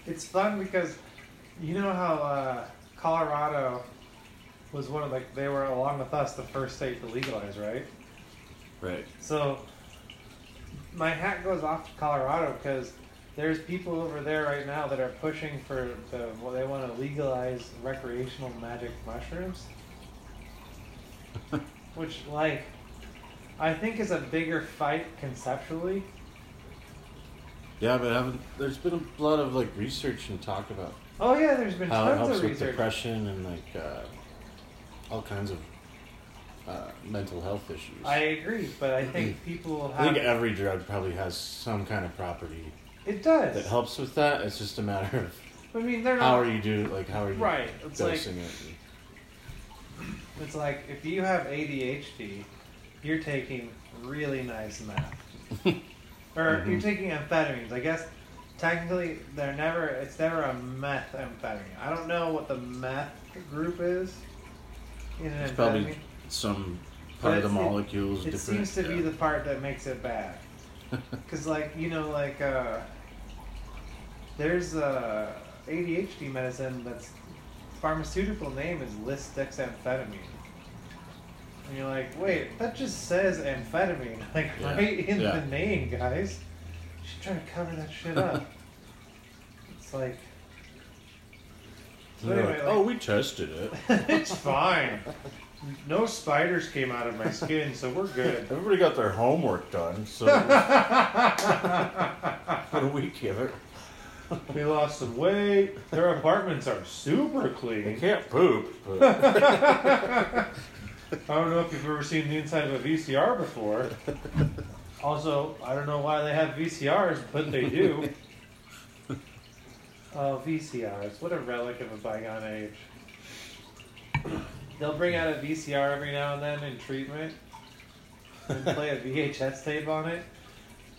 S1: it's fun because you know how uh, Colorado was one of like they were along with us the first state to legalize, right?
S3: Right.
S1: So my hat goes off to Colorado because there's people over there right now that are pushing for the well, they want to legalize recreational magic mushrooms, which like I think is a bigger fight conceptually.
S3: Yeah, but haven't, there's been a lot of like research and talk about
S1: Oh yeah, there's been
S3: how it
S1: tons
S3: helps
S1: of
S3: with
S1: research.
S3: depression and like uh, all kinds of uh, mental health issues.
S1: I agree, but I think people
S3: Mm-hmm. I
S1: have
S3: think every drug probably has some kind of property
S1: it
S3: that
S1: does.
S3: helps with that. It's just a matter of
S1: I mean, they're not
S3: how are you do like how are you
S1: Right, it's like-
S3: dosing it.
S1: It's like if you have ADHD, you're taking really nice meth, or
S3: Mm-hmm.
S1: you're taking amphetamines. I guess technically they're never. It's never a methamphetamine. I don't know what the meth group is in an
S3: It's
S1: amphetamine.
S3: probably some part of the
S1: But it's- it-
S3: molecules
S1: it
S3: different.
S1: seems to be
S3: yeah.
S1: the part that makes it bad. Because, like, you know, like, uh, there's uh, ADHD medicine that's pharmaceutical name is lisdexamphetamine. And you're like, wait, that just says amphetamine, like,
S3: Yeah,
S1: right in
S3: yeah.
S1: the name, guys. You should try to cover that shit up. it's like,
S3: And they're
S1: anyway,
S3: like,
S1: like-
S3: oh, we tested it.
S1: it's fine. No spiders came out of my skin, so we're good.
S3: Everybody got their homework done, so what do we give it?
S1: We lost some weight. Their apartments are super clean.
S3: can't poop, but
S1: I don't know if you've ever seen the inside of a VCR before. Also, I don't know why they have VCRs, but they do. Oh, VCRs. What a relic of a bygone age. They'll bring out a VCR every now and then in treatment and play a VHS tape on it.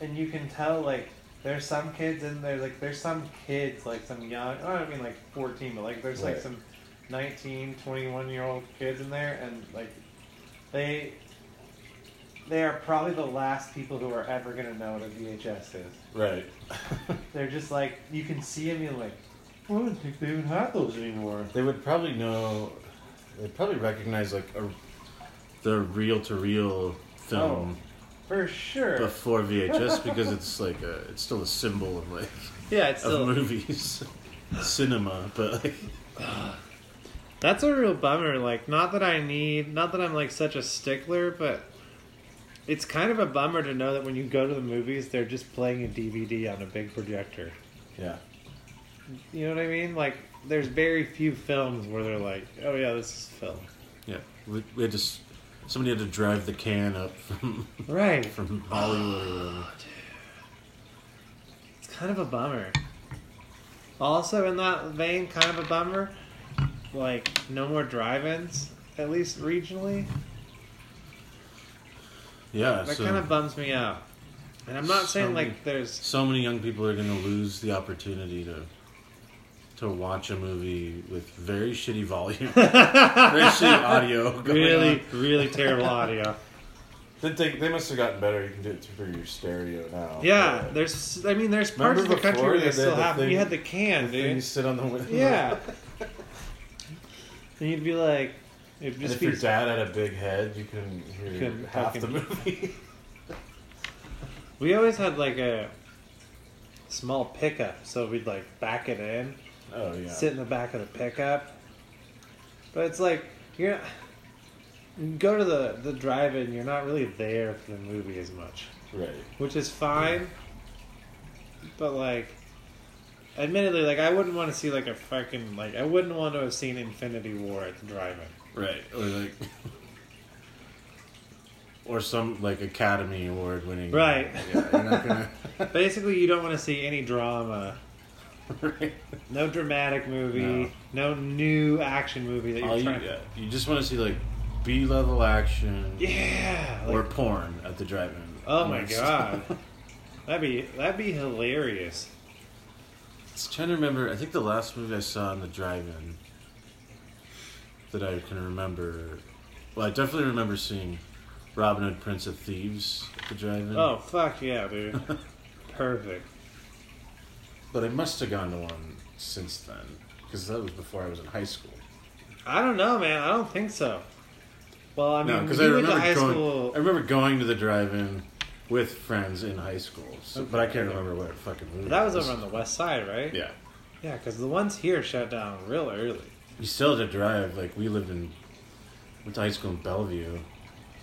S1: And you can tell, like, there's some kids in there, like, there's some kids, like, some young, I don't mean like 14, but like, there's like
S3: Right.
S1: some 19, 21 year old kids in there, and like, they. They are probably the last people who are ever going to know what a VHS is.
S3: right.
S1: They're just like you can see them. You're like, "Oh, I don't think they even have those anymore.
S3: They would probably know. They'd probably recognize like a, the reel to reel film
S1: For Oh, sure.
S3: before VHS because it's like a, it's still a symbol of like
S1: yeah, it's
S3: of movies, cinema. But like,
S1: that's a real bummer. Like, not that I need, not that I'm like such a stickler, but it's kind of a bummer to know that when you go to the movies, they're just playing a DVD on a big projector.
S3: yeah,
S1: You know what I mean? Like, there's very few films where they're like, oh yeah, this is film.
S3: yeah. We, we had to. s- Somebody had to drive the can up from
S1: Right.
S3: from Hollywood or whatever.
S1: It's kind of a bummer. Also, in that vein, kind of a bummer, like no more drive-ins, at least regionally.
S3: Yeah.
S1: That
S3: so
S1: kind of bums me out. And I'm not saying
S3: Some-
S1: like there's
S3: so many young people are going to lose the opportunity to to watch a movie with very shitty volume, very shitty audio. going on.
S1: Really, really terrible audio.
S5: Did they, they must have gotten better. You can do it through your stereo now.
S1: Yeah,
S5: But
S1: there's. I mean, there's parts
S5: Remember
S1: of the country
S5: before
S1: where they
S5: they had
S1: still
S5: the
S1: have.
S5: thing-
S1: you had the can,
S5: the thing you
S1: dude.
S5: sit on the window.
S1: Yeah. and you'd be like, it'd
S5: And
S1: just
S5: if
S1: be.
S5: your dad had a big head, you couldn't hear
S1: Couldn't
S5: half
S1: fucking-
S5: the movie.
S1: We always had like a small pickup, so we'd like back it in,
S5: oh yeah.
S1: sit in the back of the pickup. But it's like you're. you Go to the the drive-in. You're not really there for the movie as much.
S5: Right.
S1: which is fine. But like, admittedly, like I wouldn't want to see like a fucking like I wouldn't want to have seen Infinity War at the drive-in.
S3: Right, or like, or some like Academy Award winning.
S1: Right.
S3: Yeah, you're not gonna.
S1: Basically, you don't want to see any drama,
S3: right.
S1: no dramatic movie, no, new action movie that you're
S3: All you,
S1: trying.
S3: yeah, you just want to see like B level action
S1: yeah. like-
S3: or porn at the drive-in.
S1: oh my
S3: Almost.
S1: god, that'd be that'd be hilarious.
S3: I was trying to remember. I think the last movie I saw in the drive-in that I can remember. Well, I definitely remember seeing Robin Hood, Prince of Thieves at the drive-in.
S1: Oh fuck yeah, dude. Perfect.
S3: but I must have gone to one since then because that was before I was in high school.
S1: I don't know, man. I don't think so. Well, I mean,
S3: No, because
S1: you
S3: I
S1: went
S3: remember
S1: to high
S3: going.
S1: school.
S3: I remember going to the drive-in with friends in high school, so, but I can't remember what fucking movie.
S1: That was
S3: it
S1: over on the west side, right?
S3: Yeah,
S1: Yeah, because the ones here shut down real early.
S3: we still had to drive. Like we lived in, went to high school in Bellevue,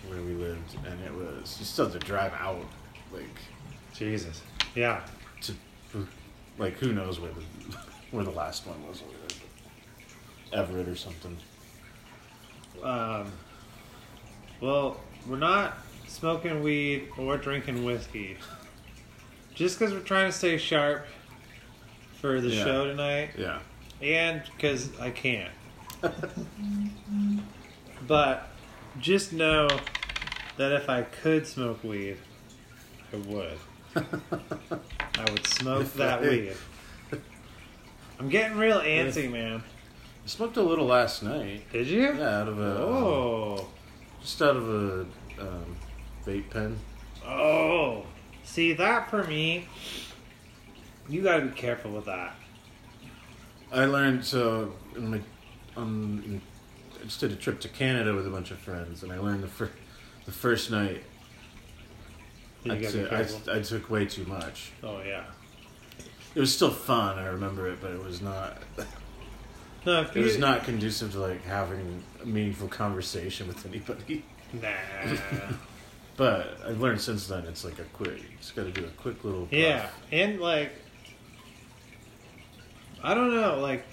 S3: where we lived, and it was you still had to drive out, like
S1: Jesus. Yeah.
S3: to, like who knows where the where the last one was, Everett or something.
S1: Um, well, we're not smoking weed or drinking whiskey. Just because we're trying to stay sharp for the
S3: Yeah.
S1: show tonight,
S3: Yeah,
S1: and because I can't. but just know that if I could smoke weed, I would. I would smoke that weed. I'm getting real antsy, man.
S3: I smoked a little last night.
S1: Did you?
S3: Yeah, out of a
S1: Oh.
S3: just out of a um, vape pen.
S1: Oh. See, that for me, you gotta be careful with that.
S3: I learned so in my, um, I just did a trip to Canada with a bunch of friends, and I learned the fir- the first night
S1: You
S3: I,
S1: gotta be
S3: took- I,
S1: careful.
S3: I took way too much.
S1: oh, yeah.
S3: It was still fun, I remember it, but it was not
S1: No, if
S3: it
S1: you,
S3: was not conducive to like having a meaningful conversation with anybody.
S1: Nah.
S3: But I've learned since then it's like a quick, you just got to do a quick little puff.
S1: yeah. And, like, I don't know, like,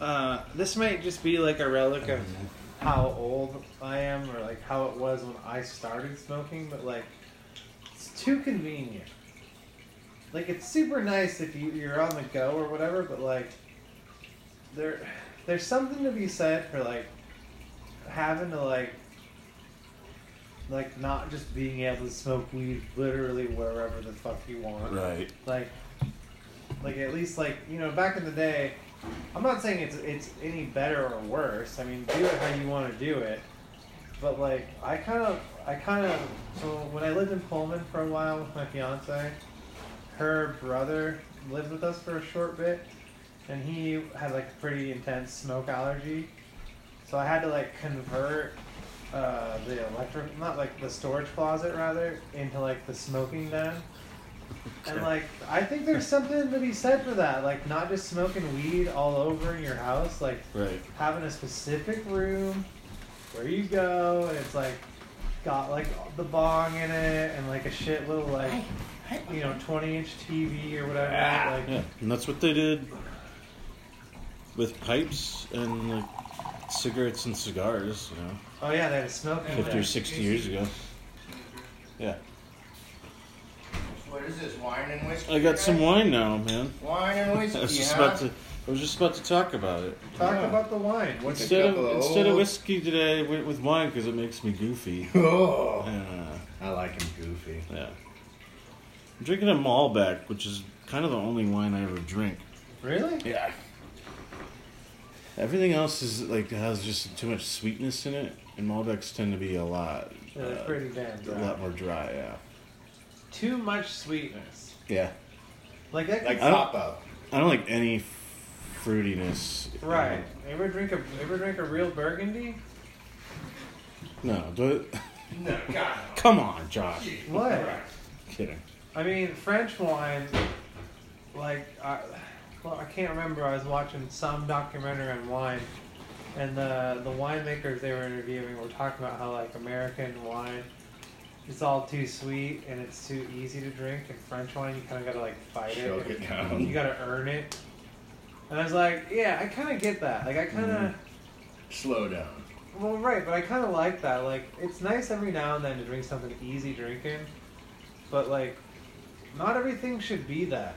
S1: uh, this might just be like a relic of how old I am or like how it was when I started smoking, but like it's too convenient. Like it's super nice if you, you're on the go or whatever, but like there there's something to be said for like having to like like not just being able to smoke weed literally wherever the fuck you want
S3: Right.
S1: like like at least like you know back in the day i'm not saying it's it's any better or worse i mean do it how you want to do it but like i kind of i kind of so when i lived in pullman for a while with my fiance her brother lived with us for a short bit and he had like a pretty intense smoke allergy so i had to like convert uh, the electric not like the storage closet rather into like the smoking den and like, I think there's something to be said for that. Like, not just smoking weed all over in your house. Like,
S3: Right.
S1: having a specific room where you go, and it's like got like the bong in it, and like a shit little like you know 20 inch TV or whatever. like,
S3: Yeah, and that's what they did with pipes and like cigarettes and cigars, you know,
S1: oh yeah, they had a smoking.
S3: 50 or
S1: room.
S3: 60 years ago. Yeah.
S4: What is this, wine and whiskey?
S3: I got some
S4: guys?
S3: wine now, man.
S4: Wine and whiskey,
S3: I was just
S4: huh?
S3: about to I was just about to talk about it.
S1: Talk
S4: Yeah.
S1: about the wine.
S4: With a
S3: Instead of,
S4: couple
S3: instead of
S4: old-
S3: whiskey today, I went with wine because it makes me goofy.
S4: Oh,
S3: Uh,
S4: I like him goofy.
S3: yeah. I'm drinking a Malbec, which is kind of the only wine I ever drink.
S1: Really?
S3: Yeah. Everything else is like has just too much sweetness in it, and Malbecs tend to be a lot,
S1: Yeah, they're
S3: uh,
S1: pretty damn
S3: a
S1: dry.
S3: lot more dry. Yeah,
S1: Too much sweetness.
S3: yeah.
S1: Like that.
S4: Like
S3: I don't-
S4: Papa.
S3: I don't like any f- fruitiness.
S1: right. Ever drink a ever drink a real Burgundy?
S3: No, do it.
S2: No, God.
S3: Come on, Josh.
S1: What?
S3: Kidding.
S1: I mean, French wine, like, I, well, I can't remember. I was watching some documentary on wine, and the the winemakers they were interviewing were talking about how like American wine, it's all too sweet and it's too easy to drink, and French wine you kind of gotta like fight
S4: Choke
S1: it.
S4: it
S1: You
S4: down.
S1: gotta earn it. And I was like, yeah, I kind of get that. Like, I kind of.
S4: Slow down.
S1: Well, right, but I kind of like that. Like, it's nice every now and then to drink something easy drinking, but like, not everything should be that.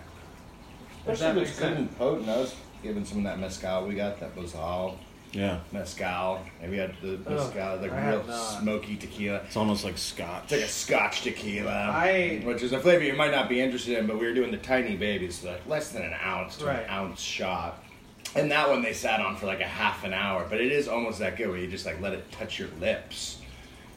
S1: If that
S4: Especially if
S1: makes
S4: it's good
S1: sense.
S4: and potent. I was giving some of that mezcal we got. That was all
S3: Yeah,
S4: mezcal. And we had the Oh, mezcal, like
S1: I have
S4: real
S1: not.
S4: smoky tequila.
S3: it's almost like scotch.
S4: It's like a Scotch tequila,
S1: I-
S4: which is a flavor you might not be interested in, but we were doing the tiny babies, like less than an ounce to
S1: Right.
S4: an ounce shot. And that one they sat on for like a half an hour, but it is almost that good where you just like let it touch your lips,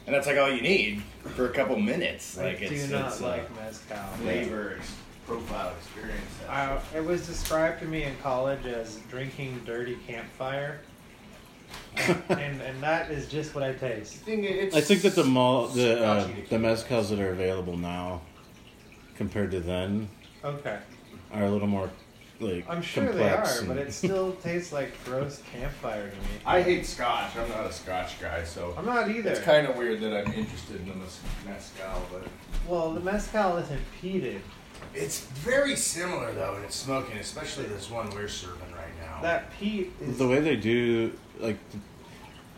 S4: and that's like all you need for a couple minutes. Like
S1: I
S4: it's,
S1: do not
S4: it's, uh,
S1: like mezcal.
S4: flavor ex- profile experience.
S1: I, it was described to me in college as drinking dirty campfire, and and that is just what I taste.
S4: think it's
S3: I think that the mall, the uh,
S4: Scotchy
S3: the
S4: tequila.
S3: mezcals that are available now, compared to then,
S1: Okay,
S3: are a little more like
S1: I'm sure they are,
S3: complex
S1: but
S3: and-
S1: it still tastes like gross campfire to me.
S4: I hate Scotch. I'm not a Scotch guy, so
S1: I'm not either.
S4: it's kind of weird that I'm interested in the mes- mezcal, but.
S1: well, the mezcal isn't peated.
S4: It's very similar though in its smoking, especially this one we're serving right now.
S1: That peat is
S3: the way they do like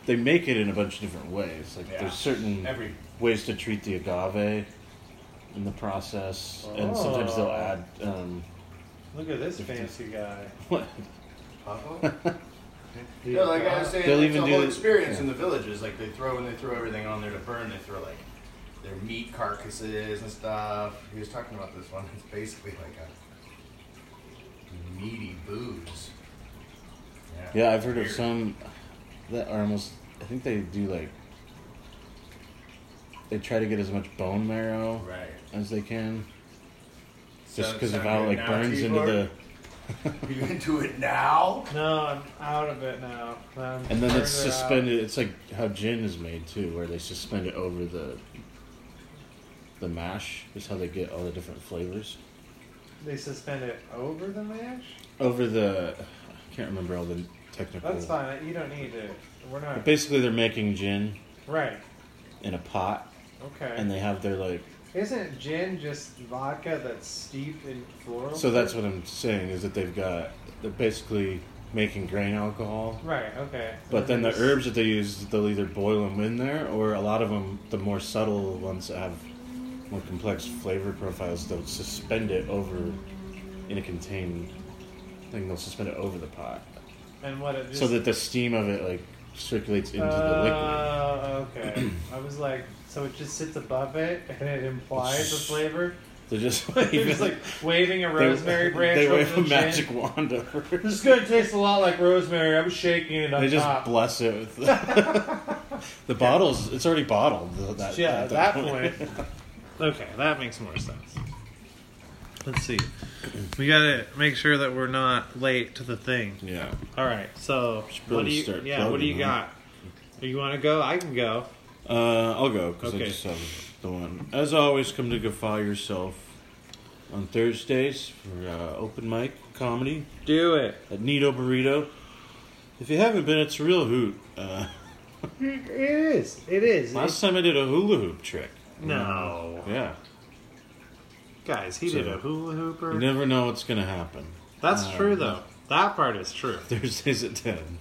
S3: they make it in a bunch of different ways like
S4: Yeah.
S3: there's certain
S4: Every-
S3: ways to treat the agave in the process and sometimes they'll
S1: Oh.
S3: add um
S1: Look at this fancy guy.
S3: what
S4: no, like I was saying,
S3: They'll
S4: it's
S3: even
S4: a
S3: do
S4: whole
S3: the-
S4: experience
S3: yeah.
S4: in the villages. Like they throw and they throw everything on there to burn. They throw like their meat carcasses and stuff. He was talking about this one. It's basically like a meaty booze.
S3: yeah i've heard of
S4: Weird.
S3: some that are almost i think they do like they try to get as much bone marrow
S4: Right.
S3: as they can just
S4: So
S3: because of
S4: it's
S3: how
S4: not
S3: it like
S4: good now,
S3: burns into the
S4: T-Bar? You into it now?
S1: No, I'm out of it now. I'm
S3: and then
S1: further
S3: it's suspended it's like how gin is made too where they suspend it over the the mash is how they get all the different flavors
S1: out. They suspend it over the mash.
S3: over the I can't remember all the technical.
S1: That's fine. You don't need it. We're
S3: But
S1: not
S3: basically, they're making gin
S1: right.
S3: in a pot,
S1: Okay.
S3: and they have their like.
S1: Isn't gin just vodka that's steeped in floral?
S3: So that's what I'm saying is that they've got they're basically making grain alcohol.
S1: Right. Okay.
S3: But then the
S1: there's-
S3: herbs that they use, they'll either boil them in there, or a lot of them, the more subtle ones that have more complex flavor profiles, they'll suspend it over in a contained thing. They'll suspend it over the pot,
S1: and what it just
S3: so that the steam of it like circulates into the liquid.
S1: Uh, okay. I was like, so it just sits above it, and it implies the flavor.
S3: They're just
S1: You're just like waving a
S3: They-
S1: rosemary branch.
S3: They
S1: over
S3: wave
S1: the
S3: a
S1: gin.
S3: magic wand over. it.
S1: This is gonna taste a lot like rosemary. I'm shaking it on
S3: They just
S1: top.
S3: bless it with the, the bottles. It's already bottled. th- That,
S1: yeah,
S3: at
S1: at that point. okay, that makes more sense. Let's see. We gotta make sure that we're not late to the thing.
S3: Yeah.
S1: All right. So
S3: Should
S1: what do
S3: probably
S1: you?
S3: start
S1: Yeah. What do
S3: plugging,
S1: you
S3: huh?
S1: got? Do you want to go? I can go.
S3: Uh, I'll go because
S1: Okay.
S3: I just have the one. As always, come to Gaffaw yourself on Thursdays for uh, open mic comedy
S1: Do it.
S3: at Nito Burrito. If you haven't been, it's a real hoot. Uh,
S1: It is. It is.
S3: last time I did a hula hoop trick.
S1: no,
S3: Yeah.
S1: guys, he
S3: So-
S1: did a hula hooper.
S3: You never know what's gonna happen.
S1: That's
S3: Um,
S1: true though. That part is true.
S3: Thursdays at 10.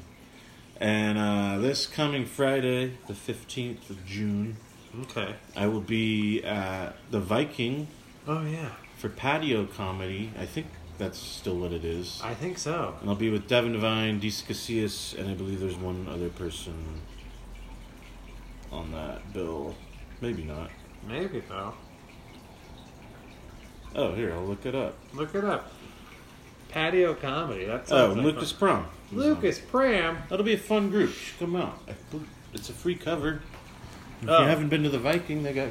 S3: And uh, this coming Friday, the 15th of June,
S1: Okay.
S3: I will be at the Viking
S1: Oh yeah.
S3: for patio comedy. I think that's still what it is.
S1: I think so.
S3: And I'll be with Devin Devine, Dees Casillas, and I believe there's one other person on that bill. Maybe not.
S1: Maybe though.
S3: Oh, here, I'll look it up.
S1: Look it up. Patio comedy. That
S3: Oh,
S1: sounds like
S3: Lucas
S1: fun.
S3: Prom.
S1: Lucas Pram.
S3: That'll be a fun group. You should come out. I believe- It's a free cover. If
S1: Oh.
S3: you haven't been to the Viking, they got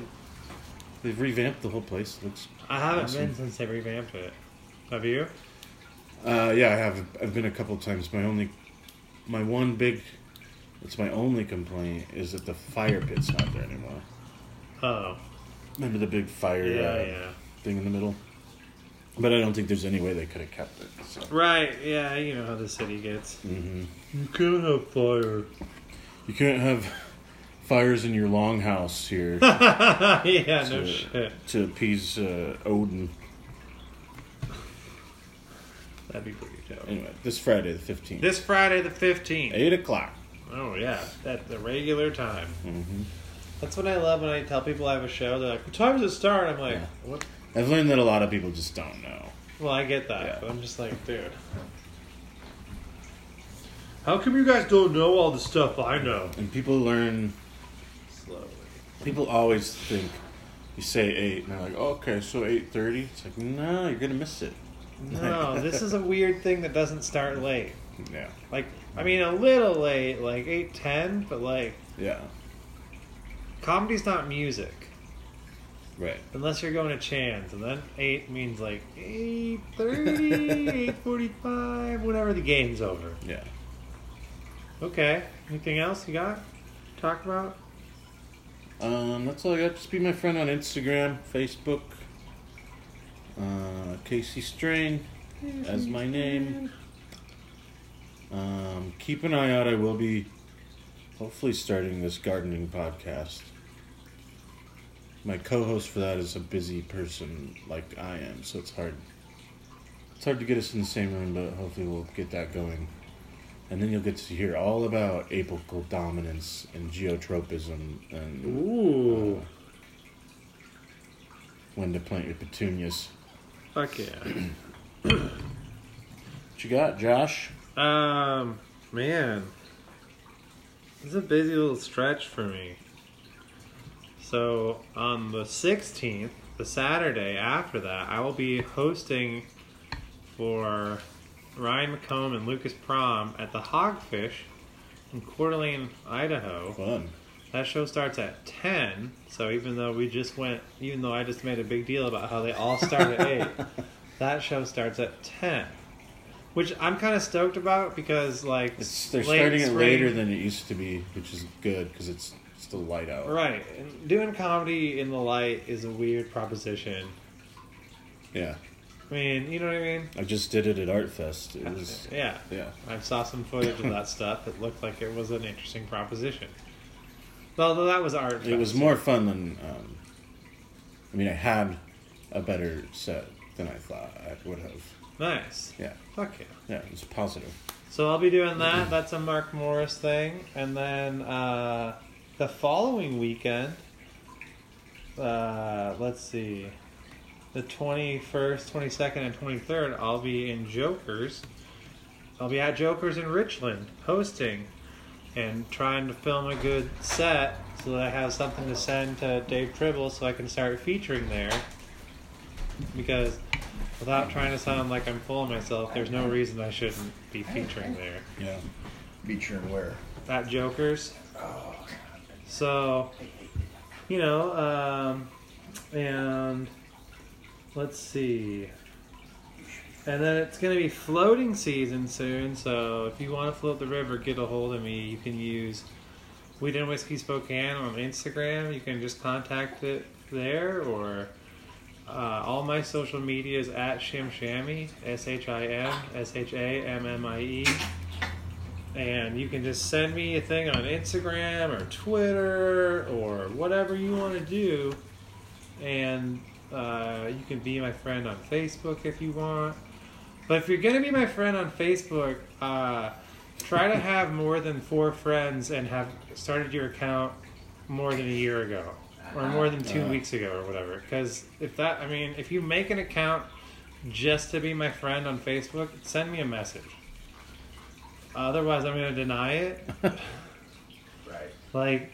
S3: they've revamped the whole place. It looks
S1: I haven't
S3: Awesome.
S1: been since they revamped it. Have you?
S3: uh, yeah, I have. I've been a couple times. My only, my one big, it's my only complaint is that the fire pit's not there anymore.
S1: Oh,
S3: Remember the big fire
S1: yeah,
S3: uh,
S1: yeah.
S3: thing in the middle? But I don't think there's any way they could have kept it. So.
S1: Right, yeah, you know how the city gets.
S3: hmm
S1: You can't have fire.
S3: You can't have fires in your longhouse here
S1: yeah, no
S3: So-
S1: shit.
S3: to appease uh, Odin.
S1: That'd be pretty dope.
S3: Anyway, this Friday the fifteenth,
S1: This Friday the 15th.
S3: eight o'clock.
S1: Oh, yeah, at the regular time.
S3: hmm
S1: That's what I love when I tell people I have a show. They're like, what time does it start? I'm like,
S3: Yeah.
S1: what?
S3: I've learned that a lot of people just don't know.
S1: Well, I get that,
S3: Yeah.
S1: but I'm just like, dude. How come you guys don't know all the stuff I know?
S3: And people learn.
S1: Slowly.
S3: People always think you say eight, and they're like, oh, "Okay, so eight 30? It's like, "No, you're gonna miss it."
S1: No, this is a weird thing that doesn't start late.
S3: Yeah,
S1: Like, I mean, a little late, like eight ten, but like,
S3: yeah,
S1: comedy's not music
S3: right.
S1: unless you're going to Chan's, and then eight means like 8.30, 8.45, whenever the game's over.
S3: Yeah.
S1: Okay, anything else you got? to Talk about?
S3: Um, that's all I got. Just be my friend on Instagram, Facebook. Uh, Casey Strain as my name. Um, keep an eye out. I will be hopefully starting this gardening podcast. My co-host for that is a busy person like I am, so it's hard. It's hard to get us in the same room, but hopefully we'll get that going. And then you'll get to hear all about apical dominance and geotropism and
S1: Ooh,
S3: when to plant your petunias.
S1: fuck yeah.
S3: What you got, Josh?
S1: Um, man, it's a busy little stretch for me. So on the 16th, the Saturday after that, I will be hosting for Ryan McComb and Lucas Prom at the Hogfish in Coeur d'Alene, Idaho.
S3: Fun.
S1: That show starts at 10, so even though we just went, even though I just made a big deal about how they all start at 8, that show starts at 10. Which I'm kind of stoked about because, like,
S3: It's, they're
S1: late
S3: starting it
S1: spring-
S3: later than it used to be, which is good because it's still light out.
S1: Right. And doing comedy in the light is a weird proposition.
S3: Yeah,
S1: I mean, you know what I mean?
S3: I just did it at Art Fest. It was
S1: Yeah.
S3: yeah.
S1: I saw some footage of that stuff. It looked like it was an interesting proposition. Although that was art.
S3: It was
S1: fest.
S3: more fun than. Um, I mean, I had a better set than I thought I would have.
S1: Nice.
S3: Yeah,
S1: Fuck yeah.
S3: yeah, it was positive.
S1: So I'll be doing that. That's a Mark Morris thing. And then uh, the following weekend, uh, let's see, the 21st, 22nd, and 23rd, I'll be in Jokers. I'll be at Jokers in Richland hosting and trying to film a good set so that I have something to send to Dave Tribble so I can start featuring there. Because without trying to sound like I'm full of myself, there's no reason I shouldn't be featuring there.
S3: Yeah,
S4: Be sure and wear.
S1: At Jokers. So, you know, um, and let's see. And then it's going to be floating season soon, so if you want to float the river, get a hold of me. You can use We Did Whiskey Spokane on Instagram. You can just contact it there, or uh, all my social media is at Shimshami, S H I M S H A M M I E. And you can just send me a thing on Instagram or Twitter or whatever you want to do. And uh, you can be my friend on Facebook if you want. But if you're going to be my friend on Facebook, uh, try to have more than four friends and have started your account more than a year ago or more than two
S3: Uh.
S1: weeks ago or whatever. Because if that, I mean, if you make an account just to be my friend on Facebook, send me a message. Otherwise, I'm going to deny it.
S4: Right.
S1: Like,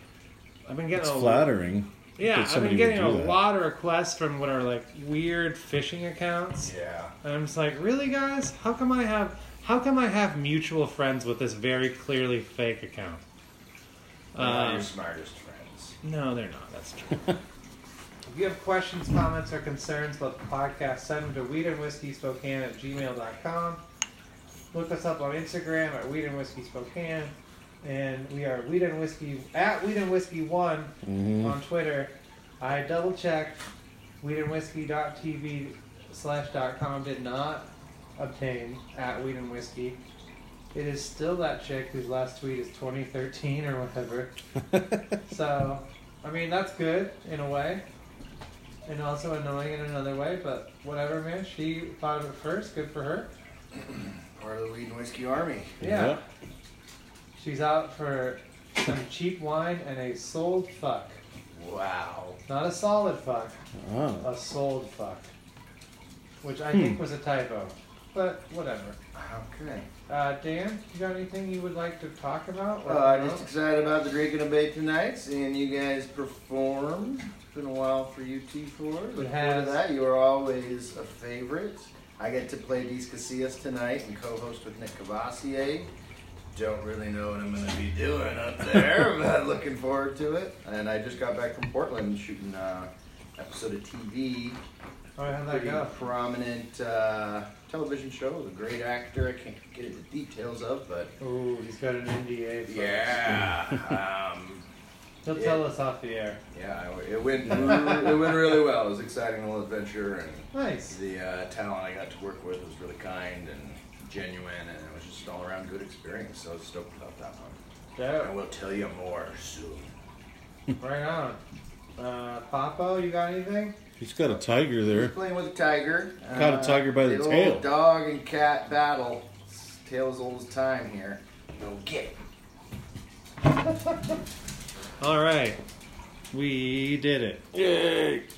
S1: I've been getting
S3: it's
S1: a
S3: flattering.
S1: Yeah,
S3: that
S1: I've
S3: somebody
S1: been
S3: would
S1: getting a
S3: do that.
S1: lot of requests from what are like weird phishing accounts.
S4: Yeah.
S1: And I'm just like, really, guys? How come I have how come I have mutual friends with this very clearly fake account?
S4: Not
S1: Um,
S4: your smartest friends.
S1: no, they're not. That's true. if you have questions, comments, or concerns about the podcast, send them to weed and whiskey spokane at gmail.com. Look us up on Instagram at weed and whiskey spokane. And we are weed and whiskey at weed and whiskey one on Twitter. I double checked weed and whiskey.tv slash dot com did not obtain at weed and whiskey. It is still that chick whose last tweet is 2013 or whatever. So, I mean, that's good in a way, and also annoying in another way. But whatever, man. She thought of it first. Good for her.
S4: Part of the Weed and Whiskey Army.
S1: Yeah. She's out for some cheap wine and a sold fuck.
S4: Wow.
S1: Not a solid fuck,
S3: Oh.
S1: a sold fuck, which I think was a typo. But whatever.
S4: Okay.
S1: Uh, Dan, you got anything you would like to talk about? or
S4: Well, I'm
S1: no?
S4: Uh, just excited about the Drake and a Bake tonight, seeing you guys perform. It's been a while for you, T4. Look forward
S1: has.
S4: to that. You are always a favorite. I get to play These Casillas tonight and co-host with Nick Cavassier. Don't really know what I'm going to be doing up there, but looking forward to it. And I just got back from Portland shooting an episode of TV
S1: All right, Oh, how'd that
S4: pretty
S1: go?
S4: prominent uh, television show with a great actor. I can't get into details of, but
S1: Ooh, he's got an NDA. folks.
S4: yeah, um,
S1: He'll tell us off the air.
S4: yeah, it- it went it went really well. It was an exciting little adventure, and
S1: Nice.
S4: the uh, talent I got to work with was really kind and genuine, and it was just an all around good experience. So I was stoked about that one.
S1: Dope.
S4: I will tell you more soon.
S1: Right on. Uh, Papo, you got anything?
S3: He's got a tiger
S4: He's
S3: there.
S4: playing with a tiger. Uh,
S3: Caught a tiger by the
S4: the
S3: tail.
S4: Old dog and cat battle. It's Tail as old as time here. Go get it.
S1: All right. We did it.